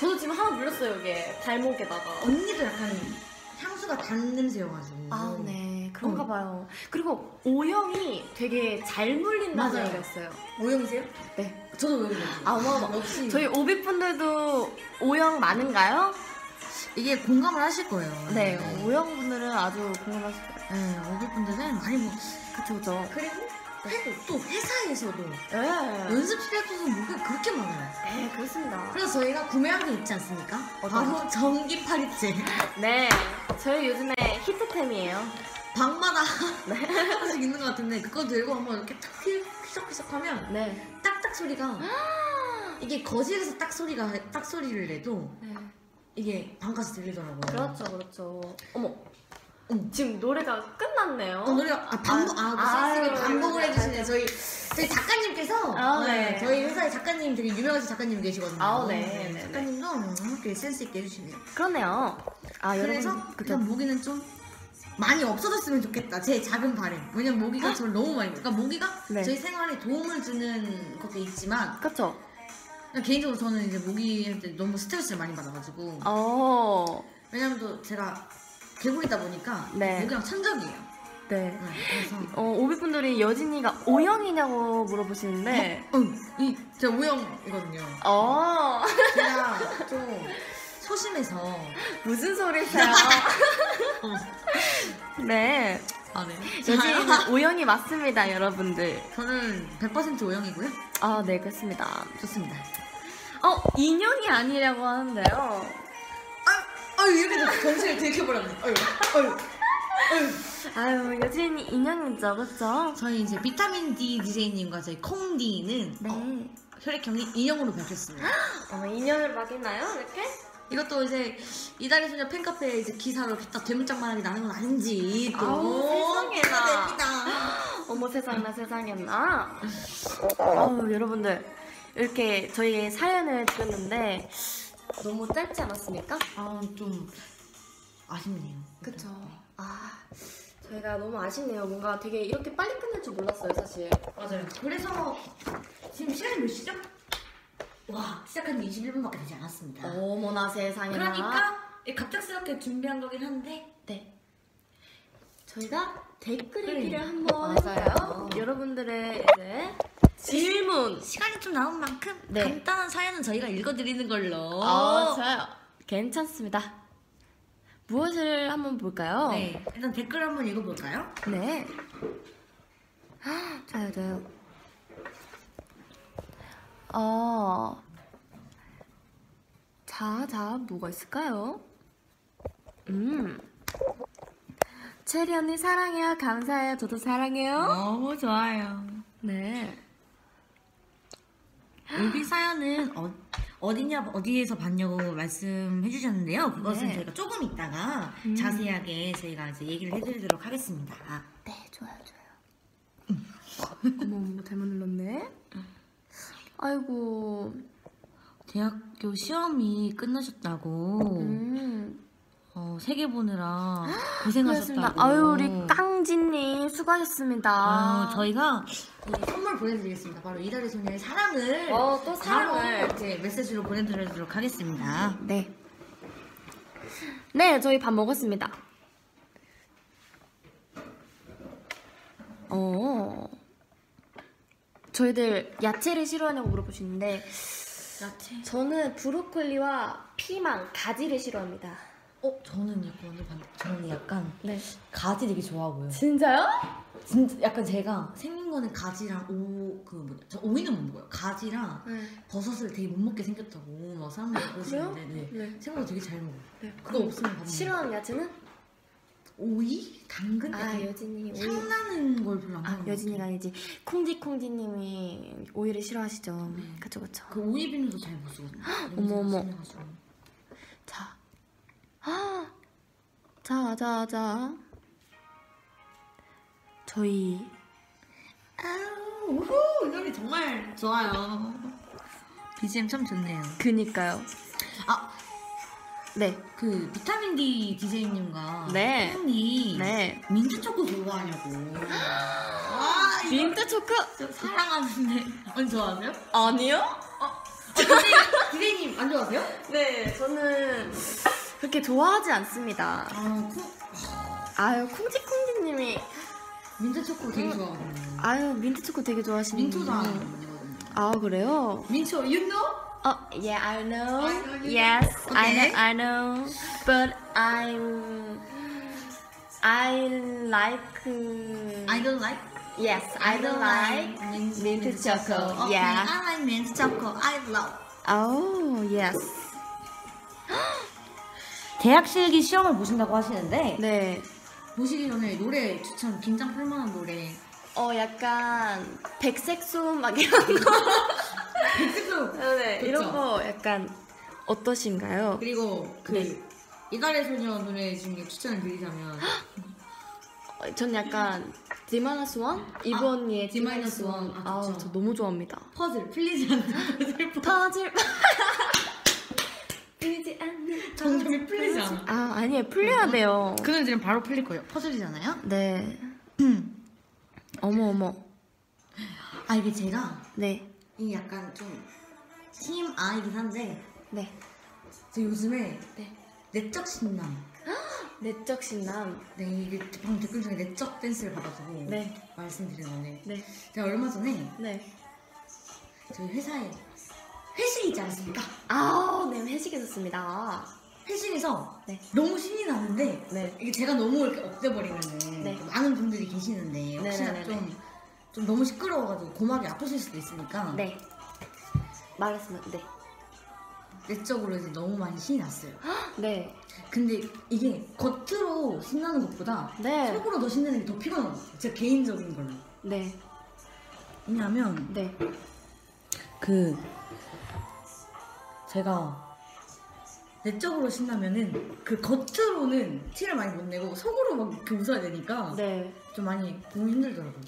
Speaker 1: 저도 지금 하나 물렸어요, 이게. 발목에다가.
Speaker 2: 언니도 약간 향수가 단 냄새여가지고
Speaker 1: 아, 네. 그런가 봐요. 그리고 O형이 되게 잘 물린다고
Speaker 2: 맞아요.
Speaker 1: 얘기했어요.
Speaker 2: 오영이세요?
Speaker 1: 네.
Speaker 2: 저도 오영이에요.
Speaker 1: 아, 어마어마.
Speaker 2: 역시
Speaker 1: 저희 오비분들도 O형 많은가요?
Speaker 2: 이게 공감을 하실 거예요.
Speaker 1: 네. O형 분들은 아주 궁금하실 거예요.
Speaker 2: 네, 오기분들은 많이 뭐 네.
Speaker 1: 그쵸, 그쵸.
Speaker 2: 그리고 회- 또 회사에서도
Speaker 1: 예. 네.
Speaker 2: 연습실에서도 뭐가 그렇게 많아요.
Speaker 1: 네, 그렇습니다.
Speaker 2: 그래서 저희가 구매한 게 있지 않습니까?
Speaker 1: 어떤
Speaker 2: 바로 전기 파리채.
Speaker 1: 네. 저희 요즘에 히트템이에요.
Speaker 2: 방마다 네. 하나씩 있는 것 같은데 그거 들고 한번 이렇게 탁 휘- 휘적휘적하면
Speaker 1: 네.
Speaker 2: 딱딱 소리가 이게 거실에서 딱 소리가 딱 소리를 내도
Speaker 1: 네.
Speaker 2: 이게 방까지 들리더라고요.
Speaker 1: 그렇죠, 그렇죠. 어머.
Speaker 2: 응.
Speaker 1: 지금 노래가 끝났네요.
Speaker 2: 어, 노래가 아, 반복 아, 아,
Speaker 1: 아유,
Speaker 2: 선생님이 반복을
Speaker 1: 아유,
Speaker 2: 해주시네 저희 저희 작가님께서
Speaker 1: 아,
Speaker 2: 네,
Speaker 1: 네.
Speaker 2: 저희 회사에 작가님 되게 유명하신 작가님 계시거든요.
Speaker 1: 아, 네, 네, 네.
Speaker 2: 작가님도 이렇게 센스 있게 해주시네요.
Speaker 1: 그렇네요. 아,
Speaker 2: 그래서
Speaker 1: 여러분. 그쵸.
Speaker 2: 그냥 모기는 좀 많이 없어졌으면 좋겠다. 제 작은 바람. 왜냐면 모기가 저를 너무 많이. 그러니까 모기가
Speaker 1: 네.
Speaker 2: 저희 생활에 도움을 주는 것도 있지만
Speaker 1: 그쵸.
Speaker 2: 그냥 개인적으로 저는 이제 모기한테 너무 스트레스를 많이 받아가지고
Speaker 1: 어.
Speaker 2: 왜냐면 또 제가 개구리다 보니까
Speaker 1: 네.
Speaker 2: 모기랑 천적이에요.
Speaker 1: 네.
Speaker 2: 네, 그래서
Speaker 1: 어, 오비분들이 여진이가 O형이냐고 물어보시는데.
Speaker 2: 응, 이 제가 우영이거든요.
Speaker 1: 어.
Speaker 2: 제가 좀 소심해서
Speaker 1: 무슨 소리세요?
Speaker 2: 어.
Speaker 1: 네.
Speaker 2: 아 네.
Speaker 1: 여진이는 O형이 맞습니다, 여러분들.
Speaker 2: 저는 100% 우영이고요.
Speaker 1: 아, 네, 그렇습니다.
Speaker 2: 좋습니다.
Speaker 1: 어, 인형이 아니라고 하는데요.
Speaker 2: 아,
Speaker 3: 아유 이렇게 해서 전체를 들켜버렸네. 아유 아유 아유.
Speaker 1: 아유 요즘 인형이죠 그쵸?
Speaker 2: 저희 이제 비타민 D DJ님과 저희 콩 D는 어,
Speaker 1: 네
Speaker 2: 혈액형이 인형으로 바뀌었습니다.
Speaker 1: 어, 인형으로 바뀌나요 이렇게?
Speaker 2: 이것도 이제 이달의 소녀 팬카페에 이제 기사로 딱 대문짝만하게 나는 건 아닌지 또
Speaker 1: 아우, 세상에나.
Speaker 2: 기대됩니다.
Speaker 1: 어머 세상나 세상에나 아우 여러분들 이렇게 저희의 사연을 드렸는데 너무 짧지 않았습니까?
Speaker 2: 아좀 아쉽네요.
Speaker 1: 그쵸 아 저희가 너무 아쉽네요 뭔가 되게 이렇게 빨리 끝날 줄 몰랐어요 사실
Speaker 2: 맞아요. 그래서 지금 시간이 몇 시죠? 와 시작한 지 21분밖에 되지 않았습니다.
Speaker 1: 어머나 세상에나
Speaker 2: 그러니까 갑작스럽게 준비한 거긴 한데
Speaker 1: 네 저희가 댓글
Speaker 2: 네.
Speaker 1: 읽기를 한번
Speaker 2: 맞아요.
Speaker 1: 해볼까요? 네. 여러분들의 이제 질문
Speaker 2: 시간이 좀 남은 만큼
Speaker 1: 네.
Speaker 2: 간단한 사연은 저희가 읽어드리는 걸로.
Speaker 1: 아, 좋아요. 괜찮습니다. 무엇을 한번 볼까요?
Speaker 2: 네. 일단 댓글 한번 읽어볼까요?
Speaker 1: 네. 아, 좋아요, 좋아요. 어. 자, 자, 뭐가 있을까요? 음. 체리 언니 사랑해요. 감사해요. 저도 사랑해요.
Speaker 2: 너무 좋아요.
Speaker 1: 네.
Speaker 2: 우리 사연은 어, 어디냐 어디에서 봤냐고 말씀해 주셨는데요. 그것은
Speaker 1: 네.
Speaker 2: 저희가 조금 있다가 자세하게 저희가 이제 얘기를 해드리도록 하겠습니다.
Speaker 1: 네, 좋아요, 좋아요. 어머, 어머, 잘못 눌렀네. 아이고.
Speaker 2: 대학교 시험이 끝나셨다고
Speaker 1: 음.
Speaker 2: 어, 세계 보느라
Speaker 1: 수고하셨습니다.
Speaker 2: 고생하셨다고.
Speaker 1: 아유 우리 깡진님 수고하셨습니다.
Speaker 2: 아, 저희가 이 선물 보내드리겠습니다. 바로 이달의 소녀의 사랑을
Speaker 1: 어, 또
Speaker 2: 바로
Speaker 1: 사랑을.
Speaker 2: 이제 메시지로 보내드리도록 하겠습니다.
Speaker 1: 네. 네, 저희 밥 먹었습니다. 어. 저희들 야채를 싫어하냐고 물어보시는데
Speaker 2: 야채.
Speaker 1: 저는 브로콜리와 피망, 가지를 싫어합니다.
Speaker 2: 어, 저는 약간 완전 반. 저는 약간
Speaker 1: 네.
Speaker 2: 가지 되게 좋아하고요.
Speaker 1: 진짜요?
Speaker 2: 진짜 약간 제가 생긴 거는 가지랑 오, 그 뭐냐. 저 오이는 못 먹어요. 가지랑
Speaker 1: 네.
Speaker 2: 버섯을 되게 못 먹게 생겼다고 막 사람들이 그러시는데.
Speaker 1: 아,
Speaker 2: 네.
Speaker 1: 네.
Speaker 2: 생각보다 되게 잘 먹어요.
Speaker 1: 네.
Speaker 2: 그거 없으면 밥
Speaker 1: 싫어하는 야채는?
Speaker 2: 오이? 당근?
Speaker 1: 아,
Speaker 2: 약간
Speaker 1: 여진이 오이.
Speaker 2: 상나는 걸 별로 안
Speaker 1: 아,
Speaker 2: 좋아해요.
Speaker 1: 여진이가 아니지. 콩디콩디님이 오이를 싫어하시죠.
Speaker 2: 네.
Speaker 1: 그쵸, 그쵸.
Speaker 2: 그 오이 비누도 잘 못 쓰거든요.
Speaker 1: 어머, 어머.
Speaker 2: 심해가지고.
Speaker 1: 자. 아. 자, 자, 자. 저희
Speaker 2: 아우, 우후, 이 노래 정말 좋아요. BGM 참 좋네요.
Speaker 1: 그니까요.
Speaker 2: 아,
Speaker 1: 네.
Speaker 2: 그 비타민 D DJ님과
Speaker 1: 네.
Speaker 2: 형이
Speaker 1: 네.
Speaker 2: 민트 초코 좋아하냐고. 아, 이
Speaker 1: 민트 초코
Speaker 2: 저 사랑하는데 안 좋아하세요?
Speaker 1: 아니요?
Speaker 2: 디제이님 안 좋아하세요?
Speaker 1: 네, 저는 그렇게 좋아하지 않습니다.
Speaker 2: 아, 콩,
Speaker 1: 아유, 콩지콩지 님이
Speaker 2: 민트 초코 되게 좋아하거든요.
Speaker 1: 아유, 민트 초코 되게 좋아하시는
Speaker 2: 민초 좋아하는
Speaker 1: 분이요.
Speaker 2: 분이거든요.
Speaker 1: 아, 그래요?
Speaker 2: 민초, you know?
Speaker 1: 어, yeah, I know.
Speaker 2: I know, you
Speaker 1: yes,
Speaker 2: know.
Speaker 1: I know,
Speaker 2: Okay.
Speaker 1: I know. But I'm I like uh,
Speaker 2: I don't like.
Speaker 1: Yes, I don't like
Speaker 2: mint,
Speaker 1: mint choco.
Speaker 2: Okay,
Speaker 1: Yeah.
Speaker 2: I like mint choco. I love.
Speaker 1: Oh, yes.
Speaker 2: 대학 실기 시험을 보신다고 하시는데
Speaker 1: 네.
Speaker 2: 보시기 전에 노래 추천 긴장 풀만한 노래
Speaker 1: 어, 약간 백색 소음막 이런 거. 네,
Speaker 2: 그쵸?
Speaker 1: 이런 거 약간 어떠신가요?
Speaker 2: 그리고 그
Speaker 1: 네.
Speaker 2: 이달의 소녀 노래 중에 추천을 드리자면
Speaker 1: 어, 전 약간 D-1? 이브
Speaker 2: 아,
Speaker 1: 언니의
Speaker 2: D-1. 아,
Speaker 1: 아,
Speaker 2: 그쵸.
Speaker 1: 저 너무 좋아합니다.
Speaker 2: 퍼즐 풀리지 않는 퍼즐 퍼즐
Speaker 1: 터질 풀리지 않는
Speaker 2: 정답이 풀리지 않아
Speaker 1: 아, 아니에요. 풀려야 돼요.
Speaker 2: 그 노래 들으면 바로 풀릴 거예요 퍼즐이잖아요
Speaker 1: 네. 어머 어머.
Speaker 2: 아 이게 제가
Speaker 1: 네.
Speaker 2: 이 약간 좀 TMI이긴 한데
Speaker 1: 네.
Speaker 2: 저 요즘에
Speaker 1: 네.
Speaker 2: 내적 신남
Speaker 1: 내적 신남.
Speaker 2: 네 이게 방금 댓글 중에 내적 댄스를 받아서
Speaker 1: 네.
Speaker 2: 말씀드린 건데
Speaker 1: 네.
Speaker 2: 제가 얼마 전에
Speaker 1: 네.
Speaker 2: 저희 회사에 회식이 있지 않습니까?
Speaker 1: 아, 네. 회식했었습니다.
Speaker 2: 회식에서
Speaker 1: 네.
Speaker 2: 너무 신이 나는데
Speaker 1: 네.
Speaker 2: 이게 제가 너무 이렇게 억대버리면은
Speaker 1: 네.
Speaker 2: 많은 분들이 계시는데 혹시나
Speaker 1: 네네네네.
Speaker 2: 좀, 좀 너무 시끄러워가지고 고막이 아프실 수도 있으니까
Speaker 1: 네. 말했으면 네.
Speaker 2: 내적으로 이제 너무 많이 신이 났어요.
Speaker 1: 네.
Speaker 2: 근데 이게 겉으로 신나는 것보다
Speaker 1: 네.
Speaker 2: 속으로 더 신나는 게 더 피곤한 것 같아요. 제 개인적인 걸로.
Speaker 1: 네.
Speaker 2: 왜냐면
Speaker 1: 네.
Speaker 2: 그 제가 내적으로 신나면은 그 겉으로는 티를 많이 못 내고 속으로 막 이렇게 웃어야 되니까
Speaker 1: 네.
Speaker 2: 좀 많이 몸이 힘들더라고요.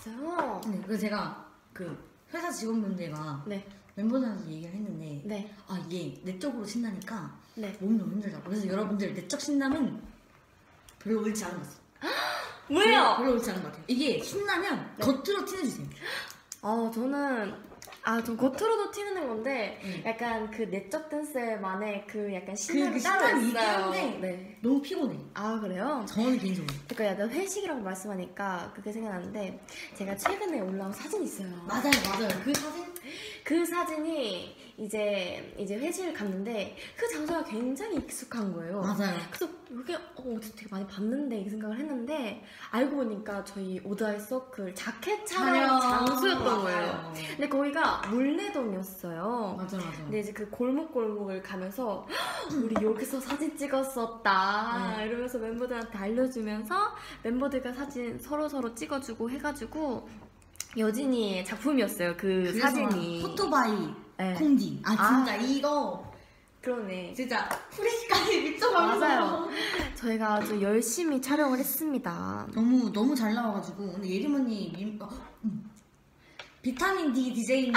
Speaker 1: 있어요.
Speaker 2: 네, 그래서 제가 그 회사 직원분들과
Speaker 1: 네.
Speaker 2: 멤버들한테 얘기를 했는데
Speaker 1: 네.
Speaker 2: 아 이게 내적으로 신나니까
Speaker 1: 네.
Speaker 2: 몸이 너무 힘들다고 그래서 여러분들 내적 신남은 별로 옳지 않은 것 같아요. 네, 별로- 별로 옳지 않은 것 같아요. 이게 신나면
Speaker 1: 네.
Speaker 2: 겉으로 티내주세요.
Speaker 1: 어, 저는 아, 좀 겉으로도 튀는 건데
Speaker 2: 네.
Speaker 1: 약간 그 내적 댄스만의 그 약간
Speaker 2: 그
Speaker 1: 신나는
Speaker 2: 신남이 있긴 한데.
Speaker 1: 네.
Speaker 2: 너무 피곤해.
Speaker 1: 아, 그래요?
Speaker 2: 저는 개인적으로
Speaker 1: 그러니까 약간 회식이라고 말씀하니까 그게 생각나는데 제가 최근에 올라온 사진이 있어요.
Speaker 2: 맞아요, 맞아요. 그 사진
Speaker 1: 그 사진이 이제 이제 회식을 갔는데 그 장소가 굉장히 익숙한 거예요.
Speaker 2: 맞아요.
Speaker 1: 그래서 이게 어, 어디서 되게 많이 봤는데 이 생각을 했는데 알고 보니까 저희 오다이 서클 자켓 촬영 장소였던 거예요. 근데 거기가 물레동이었어요.
Speaker 2: 맞아 맞아.
Speaker 1: 근데 이제 그 골목골목을 가면서 우리 여기서 사진 찍었었다
Speaker 2: 네.
Speaker 1: 이러면서 멤버들한테 알려주면서 멤버들과 사진 서로 서로 찍어주고 해가지고 여진이의 작품이었어요 그
Speaker 2: 그래서
Speaker 1: 사진이.
Speaker 2: 포토바이
Speaker 1: 네.
Speaker 2: 콩디. 아 진짜
Speaker 1: 아.
Speaker 2: 이거
Speaker 1: 그러네.
Speaker 2: 진짜 후레쉬까지 미쳐가지고
Speaker 1: 맞아요. 저희가 아주 열심히 촬영을 했습니다.
Speaker 2: 너무 너무 잘 나와가지고 근데 예림 언니 밈, 어, 음. 비타민 D DJ님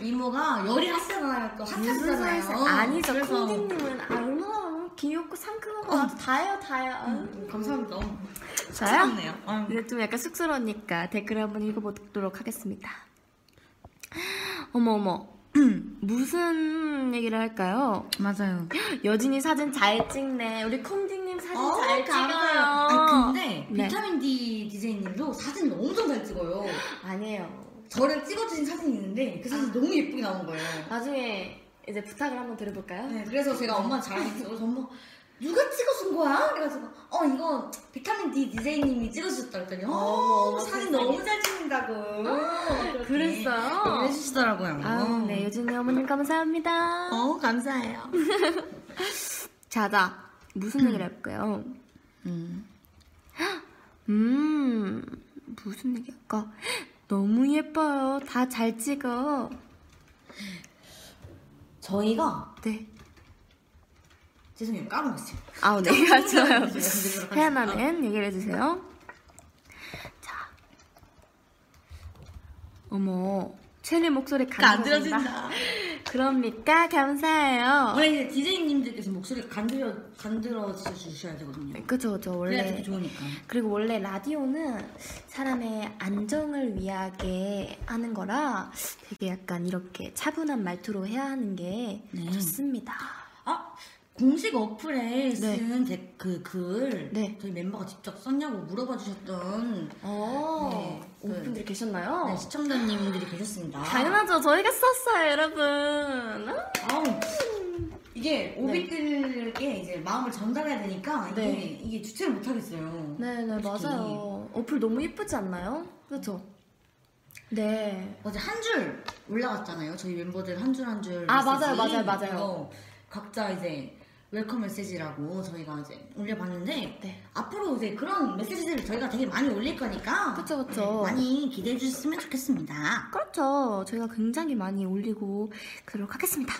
Speaker 2: 미모가 열이 핫잖아요. 또
Speaker 1: 무슨
Speaker 2: 핫하잖아요.
Speaker 1: 소리세요? 네. 아니죠.
Speaker 2: 그래서 어.
Speaker 1: 콩디님은 아, 얼마나 귀엽고 상큼하고 아주 다예요, 다예요.
Speaker 2: 음, 감사합니다.
Speaker 1: 저요?
Speaker 2: 네요 음.
Speaker 1: 근데 좀 약간 쑥스러우니까 댓글 한번 읽어보도록 하겠습니다. 어머 어머. 무슨 얘기를 할까요?
Speaker 2: 맞아요.
Speaker 1: 여진이 사진 잘 찍네. 우리 콩디님 사진 잘 찍어요.
Speaker 2: 어, 아 근데
Speaker 1: 네.
Speaker 2: 비타민 D DJ님도 사진 엄청 잘 찍어요.
Speaker 1: 아니에요.
Speaker 2: 저를 찍어주신 사진이 있는데 그 사진
Speaker 1: 아.
Speaker 2: 너무 예쁘게 나온 거예요.
Speaker 1: 나중에 이제 부탁을 한번 드려볼까요?
Speaker 2: 네, 그래서 제가 엄마 자랑했어요. 그래서 엄마 누가 찍어준 거야? 그래가지고 어 이거 비타민 D DJ님이 찍어주셨다 그랬더니 어,
Speaker 1: 어머,
Speaker 2: 사진
Speaker 1: 세상에.
Speaker 2: 너무 잘 찍는다고 어, 그렇게 얘기를
Speaker 1: 그랬어요.
Speaker 2: 해주시더라고요.
Speaker 1: 아, 네, 여진이 어머님 감사합니다.
Speaker 2: 네. 어 감사해요.
Speaker 1: 자, 자, 무슨 얘기를 할까요?
Speaker 2: 음.
Speaker 1: 음, 무슨 얘기 할까? 너무 예뻐요. 다 잘 찍어.
Speaker 2: 저희가
Speaker 1: 네.
Speaker 2: 죄송해요 까먹었어요.
Speaker 1: 아우, 네, 맞아요.
Speaker 2: 죄송해요.
Speaker 1: 태어나는 얘기를 해주세요. 자. 어머, 체리 목소리
Speaker 2: 그러니까 안
Speaker 1: 감사합니다.
Speaker 2: 들어진다.
Speaker 1: 그럽니까? 감사해요.
Speaker 2: 원래 이제 DJ님들께서 목소리를 간들어 간들어 주셔야 되거든요.
Speaker 1: 그죠, 네, 그죠.
Speaker 2: 그래야 듣기
Speaker 1: 원래
Speaker 2: 좋으니까.
Speaker 1: 그리고 원래 라디오는 사람의 안정을 위하게 하는 거라 되게 약간 이렇게 차분한 말투로 해야 하는 게
Speaker 2: 네.
Speaker 1: 좋습니다.
Speaker 2: 아 공식 어플에
Speaker 1: 네.
Speaker 2: 쓴 그, 댓글
Speaker 1: 네.
Speaker 2: 저희 멤버가 직접 썼냐고 물어봐 주셨던
Speaker 1: 어,
Speaker 2: 네.
Speaker 1: 오늘 분들이 계셨나요? 아.
Speaker 2: 네, 시청자님들이 계셨습니다.
Speaker 1: 당연하죠. 저희가 썼어요, 여러분.
Speaker 2: 아우, 이게 오빛들께 이제 마음을 전달해야 되니까 이게
Speaker 1: 네.
Speaker 2: 이게 주체를 못 하겠어요.
Speaker 1: 네네,
Speaker 2: 솔직히.
Speaker 1: 맞아요. 어플 너무 예쁘지 않나요? 그렇죠? 네.
Speaker 2: 어제 한 줄 올라갔잖아요. 저희 멤버들 한 줄 한 줄.
Speaker 1: 아, 맞아요,
Speaker 2: 메시지.
Speaker 1: 맞아요, 맞아요.
Speaker 2: 이거 각자 이제 웰컴 메시지라고 저희가 이제 올려봤는데
Speaker 1: 네.
Speaker 2: 앞으로 이제 그런 메시지를 저희가 되게 많이 올릴 거니까
Speaker 1: 그쵸, 그쵸.
Speaker 2: 많이 기대해 주셨으면 좋겠습니다.
Speaker 1: 그렇죠. 저희가 굉장히 많이 올리고 그러도록 하겠습니다.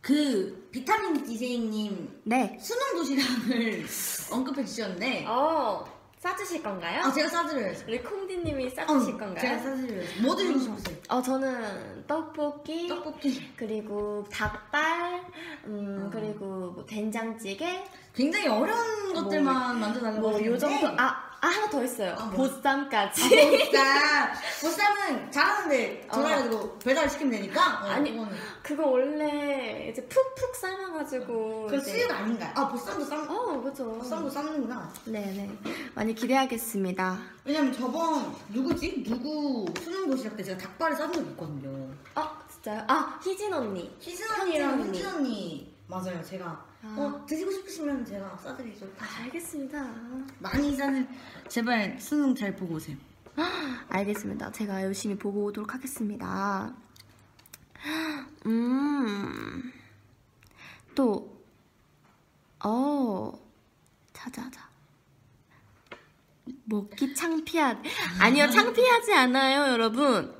Speaker 2: 그 비타민 DJ님
Speaker 1: 네.
Speaker 2: 수능 도시락을 언급해 주셨는데
Speaker 1: 어, 싸주실 건가요?
Speaker 2: 아 제가 싸드려야죠.
Speaker 1: 우리 콩디님이
Speaker 2: 어, 제가 싸드려야죠. 뭐 드리고 싶으세요?
Speaker 1: 어, 저는 떡볶이,
Speaker 2: 떡볶이.
Speaker 1: 그리고 닭발, 음,
Speaker 2: 어.
Speaker 1: 그리고 뭐 된장찌개,
Speaker 2: 굉장히 어려운
Speaker 1: 뭐,
Speaker 2: 것들만 만들어달라고
Speaker 1: 뭐 요 정도.
Speaker 2: 하셨는데
Speaker 1: 아, 아 하나 더 있어요.
Speaker 2: 아, 뭐?
Speaker 1: 보쌈까지.
Speaker 2: 보쌈. 보쌈은 잘하는데 전화해가지고 배달 시키면 되니까. 어,
Speaker 1: 아니,
Speaker 2: 그거는.
Speaker 1: 그거 원래 이제 푹푹 삶아가지고.
Speaker 2: 그건
Speaker 1: 이제-
Speaker 2: 수육 아닌가요? 아 보쌈도 쌈.
Speaker 1: 어, 그죠.
Speaker 2: 보쌈도 삶는구나.
Speaker 1: 네네. 많이 기대하겠습니다.
Speaker 2: 왜냐면 저번 누구지? 누구 수능 도시락 때 제가 닭발을 싼 적 있거든요.
Speaker 1: 어, 진짜요? 아, 희진 언니.
Speaker 2: 희진 언니랑
Speaker 1: 현진
Speaker 2: 현진 언니 맞아요. 제가
Speaker 1: 아.
Speaker 2: 어 드시고 싶으시면 제가 싸드리죠.
Speaker 1: 알겠습니다.
Speaker 2: 많이 싸는 제발 수능 잘 보고 오세요.
Speaker 1: 알겠습니다. 제가 열심히 보고 오도록 하겠습니다. 음. 또, 어, 자자자. 먹기 창피한. 아니요, 창피하지 않아요, 여러분.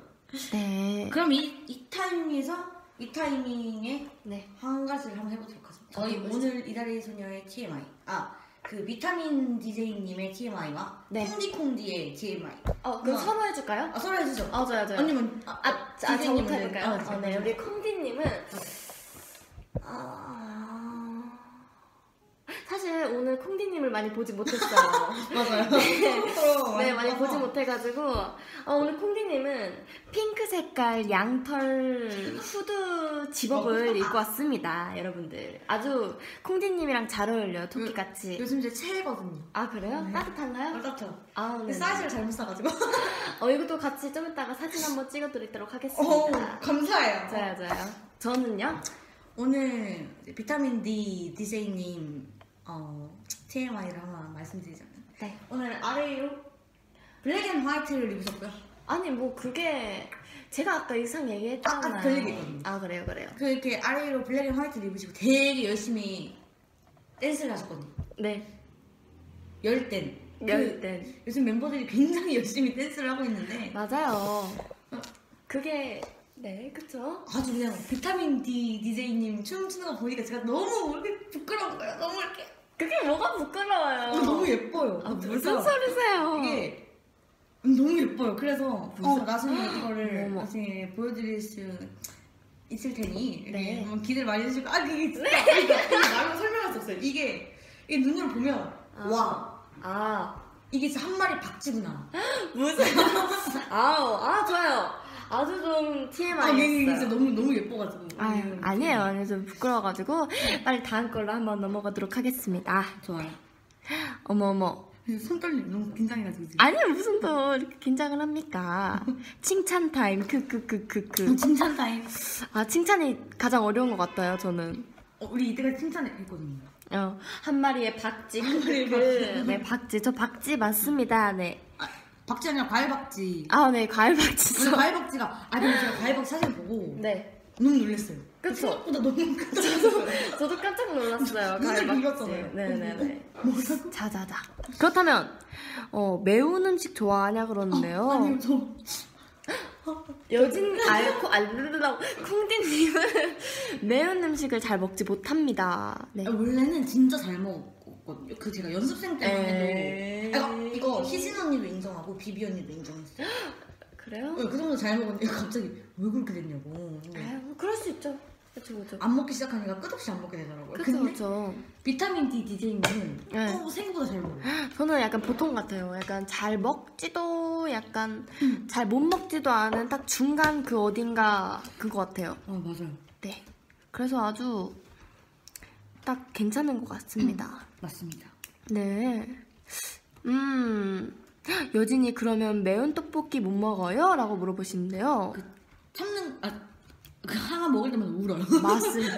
Speaker 1: 네.
Speaker 2: 그럼 이, 이 타임에서 이 타이밍에
Speaker 1: 네.
Speaker 2: 한 가지를 한번 해보도록 하죠. 저희
Speaker 1: 어떤
Speaker 2: 오늘 이달의 소녀의 TMI. 아, 그 비타민 DJ님의 TMI와
Speaker 1: 네.
Speaker 2: 콩디콩디의 TMI.
Speaker 1: 어, 그럼
Speaker 2: 어.
Speaker 1: 서로 해줄까요?
Speaker 2: 아, 서로 해주죠.
Speaker 1: 어, 저요, 저요.
Speaker 2: 언니면, 아,
Speaker 1: 아, 아, 저
Speaker 2: DJ님은
Speaker 1: 부터 해볼까요?
Speaker 2: 아,
Speaker 1: 어, 네,
Speaker 2: 네.
Speaker 1: 우리 콩디님은 아... 사실 오늘 콩디님을 많이 보지 못했어요.
Speaker 2: 맞아요.
Speaker 1: 네, 많이 보지 못해가지고 어, 오늘 콩디님은 핑크 색깔 양털 후드 집업을 입고 왔습니다, 여러분들. 아주 콩디님이랑 잘 어울려요, 토끼같이.
Speaker 2: 요즘 제 최애거든요.
Speaker 1: 아 그래요? 따뜻한가요?
Speaker 2: 맞죠?
Speaker 1: 아, 네.
Speaker 2: 근데 사이즈를 잘못 사가지고.
Speaker 1: 어 이것도 같이 좀 이따가 사진 한번 찍어드리도록
Speaker 3: 오,
Speaker 1: 하겠습니다.
Speaker 3: 감사해요.
Speaker 1: 저요, 저요. 저는요.
Speaker 2: 오늘 이제 비타민 D DJ님 어, TMI를 한번 말씀드리자면
Speaker 1: 네.
Speaker 2: 오늘 아래로 블랙 앤 화이트를 입으셨고요.
Speaker 1: 아니 뭐 그게 제가 아까 의상 얘기했잖아요.
Speaker 2: 아, 아, 그 얘기거든요.
Speaker 1: 아, 그래요, 그래요.
Speaker 2: 그 이렇게 아래로 블랙 앤 화이트를 입으시고 되게 열심히 댄스를 하셨거든요.
Speaker 1: 네.
Speaker 2: 열댄. 그
Speaker 1: 열땐 네.
Speaker 2: 요즘 멤버들이 굉장히 열심히 댄스를 하고 있는데
Speaker 1: 맞아요. 그게 네, 그쵸?
Speaker 2: 아주 그냥 비타민 D DJ님 춤추는 거 보니까 제가 너무 이렇게 부끄러운 거예요. 너무 이렇게 어,
Speaker 1: 그게 뭐가 부끄러워요.
Speaker 2: 너무 예뻐요.
Speaker 1: 아,
Speaker 2: 그래서
Speaker 1: 무슨 소리세요?
Speaker 2: 이게 너무 예뻐요. 그래서
Speaker 1: 무슨-
Speaker 2: 어, 나중에 이거를
Speaker 1: 어. 어머.
Speaker 2: 나중에 보여드릴 수 있을 테니
Speaker 1: 네.
Speaker 2: 네. 한번 기대를 많이 해주시고 아 이게 진짜 이거- 이거 말로 설명할 수 없어요. 이게 이게 눈으로 보면
Speaker 1: 아.
Speaker 2: 와
Speaker 1: 아,
Speaker 2: 이게 진짜 한 마리 박쥐구나.
Speaker 1: 네, 무슨 아우, 아 좋아요. 아주 네, 좀
Speaker 2: 아
Speaker 1: TMI
Speaker 2: 얘 진짜
Speaker 1: 였어요.
Speaker 2: 너무 너무 예뻐가지고.
Speaker 1: 아유,
Speaker 2: 음.
Speaker 1: 아니에요. 아니, 좀 부끄러워가지고 빨리 다음 걸로 한번 넘어가도록 하겠습니다.
Speaker 2: 좋아요.
Speaker 1: 어머 어머.
Speaker 2: 손 떨림 너무 긴장해가지고 지금.
Speaker 1: 아니 무슨 또 이렇게 긴장을 합니까? 칭찬 타임 그, 크크크크크.
Speaker 2: 칭찬 타임.
Speaker 1: 아 칭찬이 가장 어려운 것 같아요 저는.
Speaker 2: 어, 우리 이때까지 칭찬했거든요.
Speaker 1: 어, 한 마리의 박쥐
Speaker 2: 마리의
Speaker 1: 크크크. 네 박쥐 저 박쥐 맞습니다. 네.
Speaker 2: 아, 박쥐 아니라 과일 박쥐.
Speaker 1: 아 네 과일
Speaker 2: 오늘
Speaker 1: 박쥐죠.
Speaker 2: 과일 박쥐가 아 근데 제가 과일 박쥐 사진 보고
Speaker 1: 네.
Speaker 2: 너무 놀랐어요.
Speaker 1: 그쵸?
Speaker 2: 생각보다 너무 깜짝
Speaker 1: 저도 깜짝 놀랐어요.
Speaker 2: 눈을
Speaker 1: 과일 박쥐.
Speaker 2: 빌렸잖아요. 어?
Speaker 1: 네네네.
Speaker 2: 뭐라고?
Speaker 1: 자자자. 그렇다면 어 매운 음식 어, 좋아하냐 그러는데요.
Speaker 2: 아니요 저
Speaker 1: 여진 알코 알르라고 콩디님은 매운 음식을 잘 먹지 못합니다. 네.
Speaker 2: 아, 원래는 진짜 잘 먹었거든요. 그 제가 연습생 때만 해도
Speaker 1: 에이.
Speaker 2: 아, 이거- 이거 희진 언니도 인정하고 비비 언니도 인정했어요.
Speaker 1: 그래요?
Speaker 2: 네, 그 정도 잘 먹었는데 갑자기 왜 그렇게 됐냐고.
Speaker 1: 아유, 그럴 수 있죠. 그렇죠, 그렇죠.
Speaker 2: 안 먹기 시작하니까 끝없이 안 먹게 되더라고요.
Speaker 1: 그렇죠,
Speaker 2: 근데
Speaker 1: 그렇죠.
Speaker 2: 비타민 D DJ는
Speaker 1: 네.
Speaker 2: 어, 생각보다 잘 먹어요.
Speaker 1: 저는 약간 보통 같아요. 약간 잘 먹지도 약간 잘 못 먹지도 않은 딱 중간 그 어딘가 그거 같아요.
Speaker 2: 어 맞아요.
Speaker 1: 네. 그래서 아주 딱 괜찮은 것 같습니다.
Speaker 2: 맞습니다.
Speaker 1: 네. 음. 여진이 그러면 매운 떡볶이 못 먹어요? 라고 물어보시는데요.
Speaker 2: 참는 아 그 하나 먹을 때마다 울어요.
Speaker 1: 맞습니다.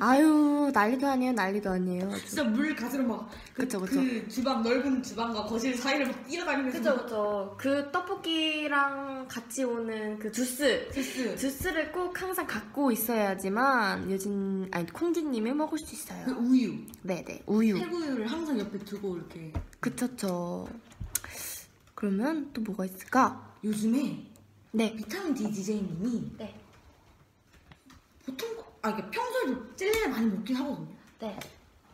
Speaker 1: 아유, 난리도 아니에요, 난리도 아니에요.
Speaker 2: 진짜 물 가지러 막
Speaker 1: 그쵸, 그쵸.
Speaker 2: 그 주방 넓은 주방과 거실 사이를 막 뛰어다니면서
Speaker 1: 그죠 그죠 그 떡볶이랑 같이 오는 그 주스
Speaker 2: 주스
Speaker 1: 주스를 꼭 항상 갖고 있어야지만 요즘 아니 콩디님이 먹을 수
Speaker 2: 그
Speaker 1: 있어요
Speaker 2: 우유
Speaker 1: 네네 우유
Speaker 2: 해구유를 항상 옆에 두고 이렇게
Speaker 1: 그쵸 그러면 또 뭐가 있을까
Speaker 2: 요즘에
Speaker 1: 네
Speaker 2: 비타민 D DJ님이
Speaker 1: 네.
Speaker 2: 보통 아 그러니까 평소에도 젤리를 많이 먹긴 하거든요.
Speaker 1: 네.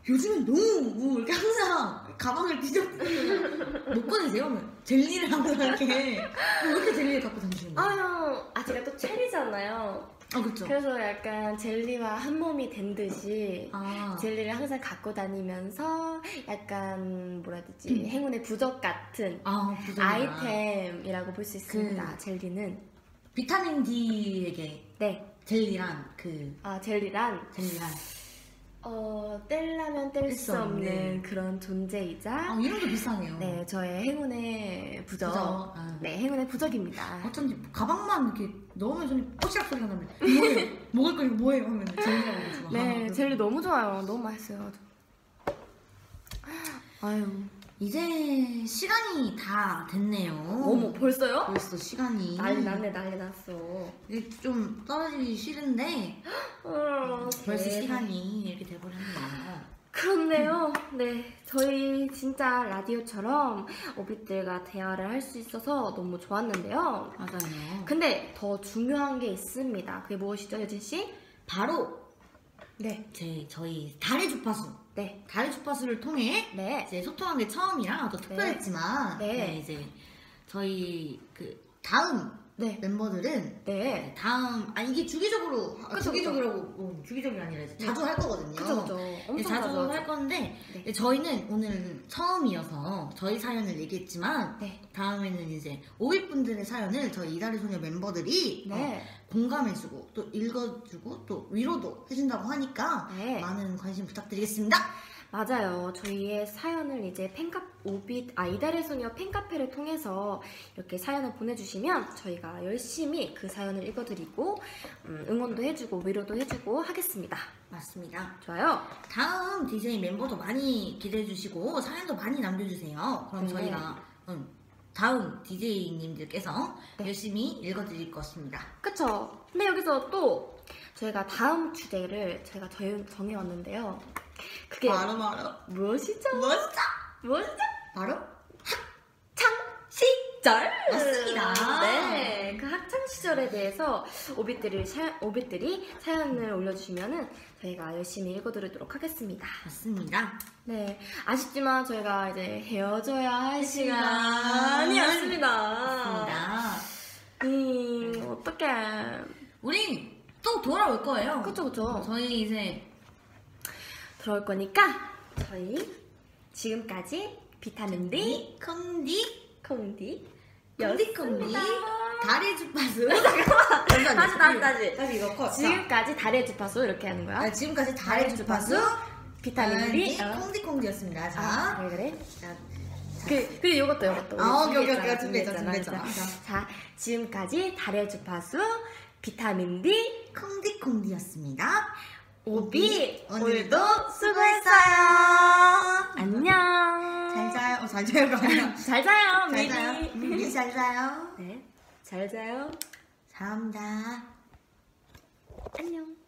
Speaker 2: 요즘은 너무 이렇게 항상 가방을 뒤적거리고 못 꺼내세요? 그러면 젤리를 항상 이렇게 왜 이렇게 젤리를 갖고 다니시는 거예요?
Speaker 1: 아유 아 제가 또 체리잖아요
Speaker 2: 아 그쵸.
Speaker 1: 그래서 약간 젤리와 한 몸이 된 듯이
Speaker 2: 아
Speaker 1: 젤리를 항상 갖고 다니면서 약간 뭐라 해야 되지 행운의 부적 같은
Speaker 2: 아, 부정이다.
Speaker 1: 아이템이라고 볼 수 있습니다 젤리는
Speaker 2: 비타민 D에게
Speaker 1: 네
Speaker 2: 젤리란 그
Speaker 1: 아, 젤리란
Speaker 2: 젤리란
Speaker 1: 어, 뗄라면 뗄 수
Speaker 2: 뗄수
Speaker 1: 없는
Speaker 2: 없는
Speaker 1: 그런 존재이자
Speaker 2: 아 이름도 비싸네요.
Speaker 1: 네, 저의 행운의 부적.
Speaker 2: 부적, 아.
Speaker 1: 네, 행운의 부적입니다.
Speaker 2: 어쩐지 가방만 이렇게 넣으면 손이 꼬치락 소리가 나면 뭐예요? 먹을 거니까 뭐예요? 하면 젤리라고
Speaker 1: 어,
Speaker 2: 그러죠.
Speaker 1: 네, 젤리 너무 좋아요. 너무 맛있어요. 아유,
Speaker 2: 이제 시간이 다 됐네요.
Speaker 1: 어머 벌써요?
Speaker 2: 벌써 시간이
Speaker 1: 난리 났네 난리 났어.
Speaker 2: 이게 좀 떨어지기 싫은데
Speaker 1: 어,
Speaker 2: 벌써
Speaker 1: 네.
Speaker 2: 시간이 이렇게 돼버렸네요.
Speaker 1: 그렇네요. 네, 저희 진짜 라디오처럼 오빛들과 대화를 할 수 있어서 너무 좋았는데요.
Speaker 2: 맞아요.
Speaker 1: 근데 더 중요한 게 있습니다. 그게 무엇이죠, 여진 씨?
Speaker 2: 바로
Speaker 1: 네,
Speaker 2: 제 저희 달의 주파수,
Speaker 1: 네,
Speaker 2: 달의 주파수를 통해
Speaker 1: 네,
Speaker 2: 이제 소통한 게 처음이라 더 특별했지만
Speaker 1: 네.
Speaker 2: 네, 이제 저희 그 다음
Speaker 1: 네,
Speaker 2: 멤버들은
Speaker 1: 네.
Speaker 2: 다음 아 이게 주기적으로 아,
Speaker 1: 그쵸,
Speaker 2: 주기적이라고 어, 주기적이 아니라 이제
Speaker 1: 네.
Speaker 2: 자주 할 거거든요.
Speaker 1: 그죠, 그죠.
Speaker 2: 네,
Speaker 1: 엄청
Speaker 2: 자주
Speaker 1: 자주
Speaker 2: 할
Speaker 1: 하죠.
Speaker 2: 건데
Speaker 1: 네.
Speaker 2: 네, 저희는 오늘 처음이어서 저희 사연을 얘기했지만
Speaker 1: 네,
Speaker 2: 다음에는 이제 오일 분들의 사연을 저희 이달의 소녀 멤버들이 어,
Speaker 1: 네,
Speaker 2: 공감해주고 또 읽어주고 또 위로도 해준다고 하니까
Speaker 1: 네.
Speaker 2: 많은 관심 부탁드리겠습니다.
Speaker 1: 맞아요. 저희의 사연을 이제 팬카 오빛 아 이달의 소녀 팬카페를 통해서 이렇게 사연을 보내주시면 저희가 열심히 그 사연을 읽어드리고 음, 응원도 해주고 위로도 해주고 하겠습니다.
Speaker 2: 맞습니다.
Speaker 1: 좋아요.
Speaker 2: 다음 DJ 멤버도 많이 기대해주시고 사연도 많이 남겨주세요. 그럼
Speaker 1: 네.
Speaker 2: 저희가 음, 다음 DJ님들께서
Speaker 1: 네.
Speaker 2: 열심히 읽어드릴 것입니다.
Speaker 1: 그쵸? 근데 여기서 또 저희가 다음 주제를 저희가 정- 정해왔는데요. 그게
Speaker 2: 아.
Speaker 3: 바로 바로
Speaker 1: 무엇이죠?
Speaker 2: 멋있다!
Speaker 1: 무엇이죠?
Speaker 2: 바로
Speaker 1: 시절
Speaker 2: 맞습니다.
Speaker 1: 네, 그 학창 시절에 대해서 오빛들이 사, 오빛들이 사연을 올려주시면은 저희가 열심히 읽어드리도록 하겠습니다.
Speaker 2: 맞습니다.
Speaker 1: 네, 아쉽지만 저희가 이제 헤어져야 할 시간이었습니다.
Speaker 2: 맞습니다.
Speaker 1: 음, 어떡해.
Speaker 2: 우리 또 돌아올 거예요.
Speaker 1: 그쵸, 그쵸.
Speaker 2: 저희 이제
Speaker 1: 들어올 거니까 저희 지금까지 비타민 D
Speaker 2: 컨디
Speaker 1: 콩디
Speaker 2: 컨디 컨디 다리 주파수
Speaker 1: 다시 다시 다시.
Speaker 2: 다시 이거 컷. 자,
Speaker 1: 지금까지 달의 주파수 이렇게 하는 거야?
Speaker 2: 아, 지금까지 다리 주파수 아, 네,
Speaker 1: 비타민 D. 어.
Speaker 2: 컨디 컨디였습니다. 자.
Speaker 1: 아, 그래 그래.
Speaker 2: 자,
Speaker 1: 그 그리고 요것도 요것도. 우리
Speaker 2: 아, 오케이, 오케이,
Speaker 1: 준비했잖아,
Speaker 2: 오케이. 준비했죠,
Speaker 1: 준비했잖아.
Speaker 2: 준비했죠.
Speaker 1: 자, 지금까지 달의 주파수 비타민 D
Speaker 2: 콩디콩디였습니다.
Speaker 1: 오비
Speaker 2: 오늘도
Speaker 1: 수고했어요. 안녕.
Speaker 2: 잘 자요. 어, 잘 자요가 아니라.
Speaker 1: 잘 자요.
Speaker 2: 잘
Speaker 1: 미리.
Speaker 2: 자요. 음. 미리 잘 자요.
Speaker 1: 네. 잘 자요.
Speaker 2: 잘합니다.
Speaker 1: 안녕.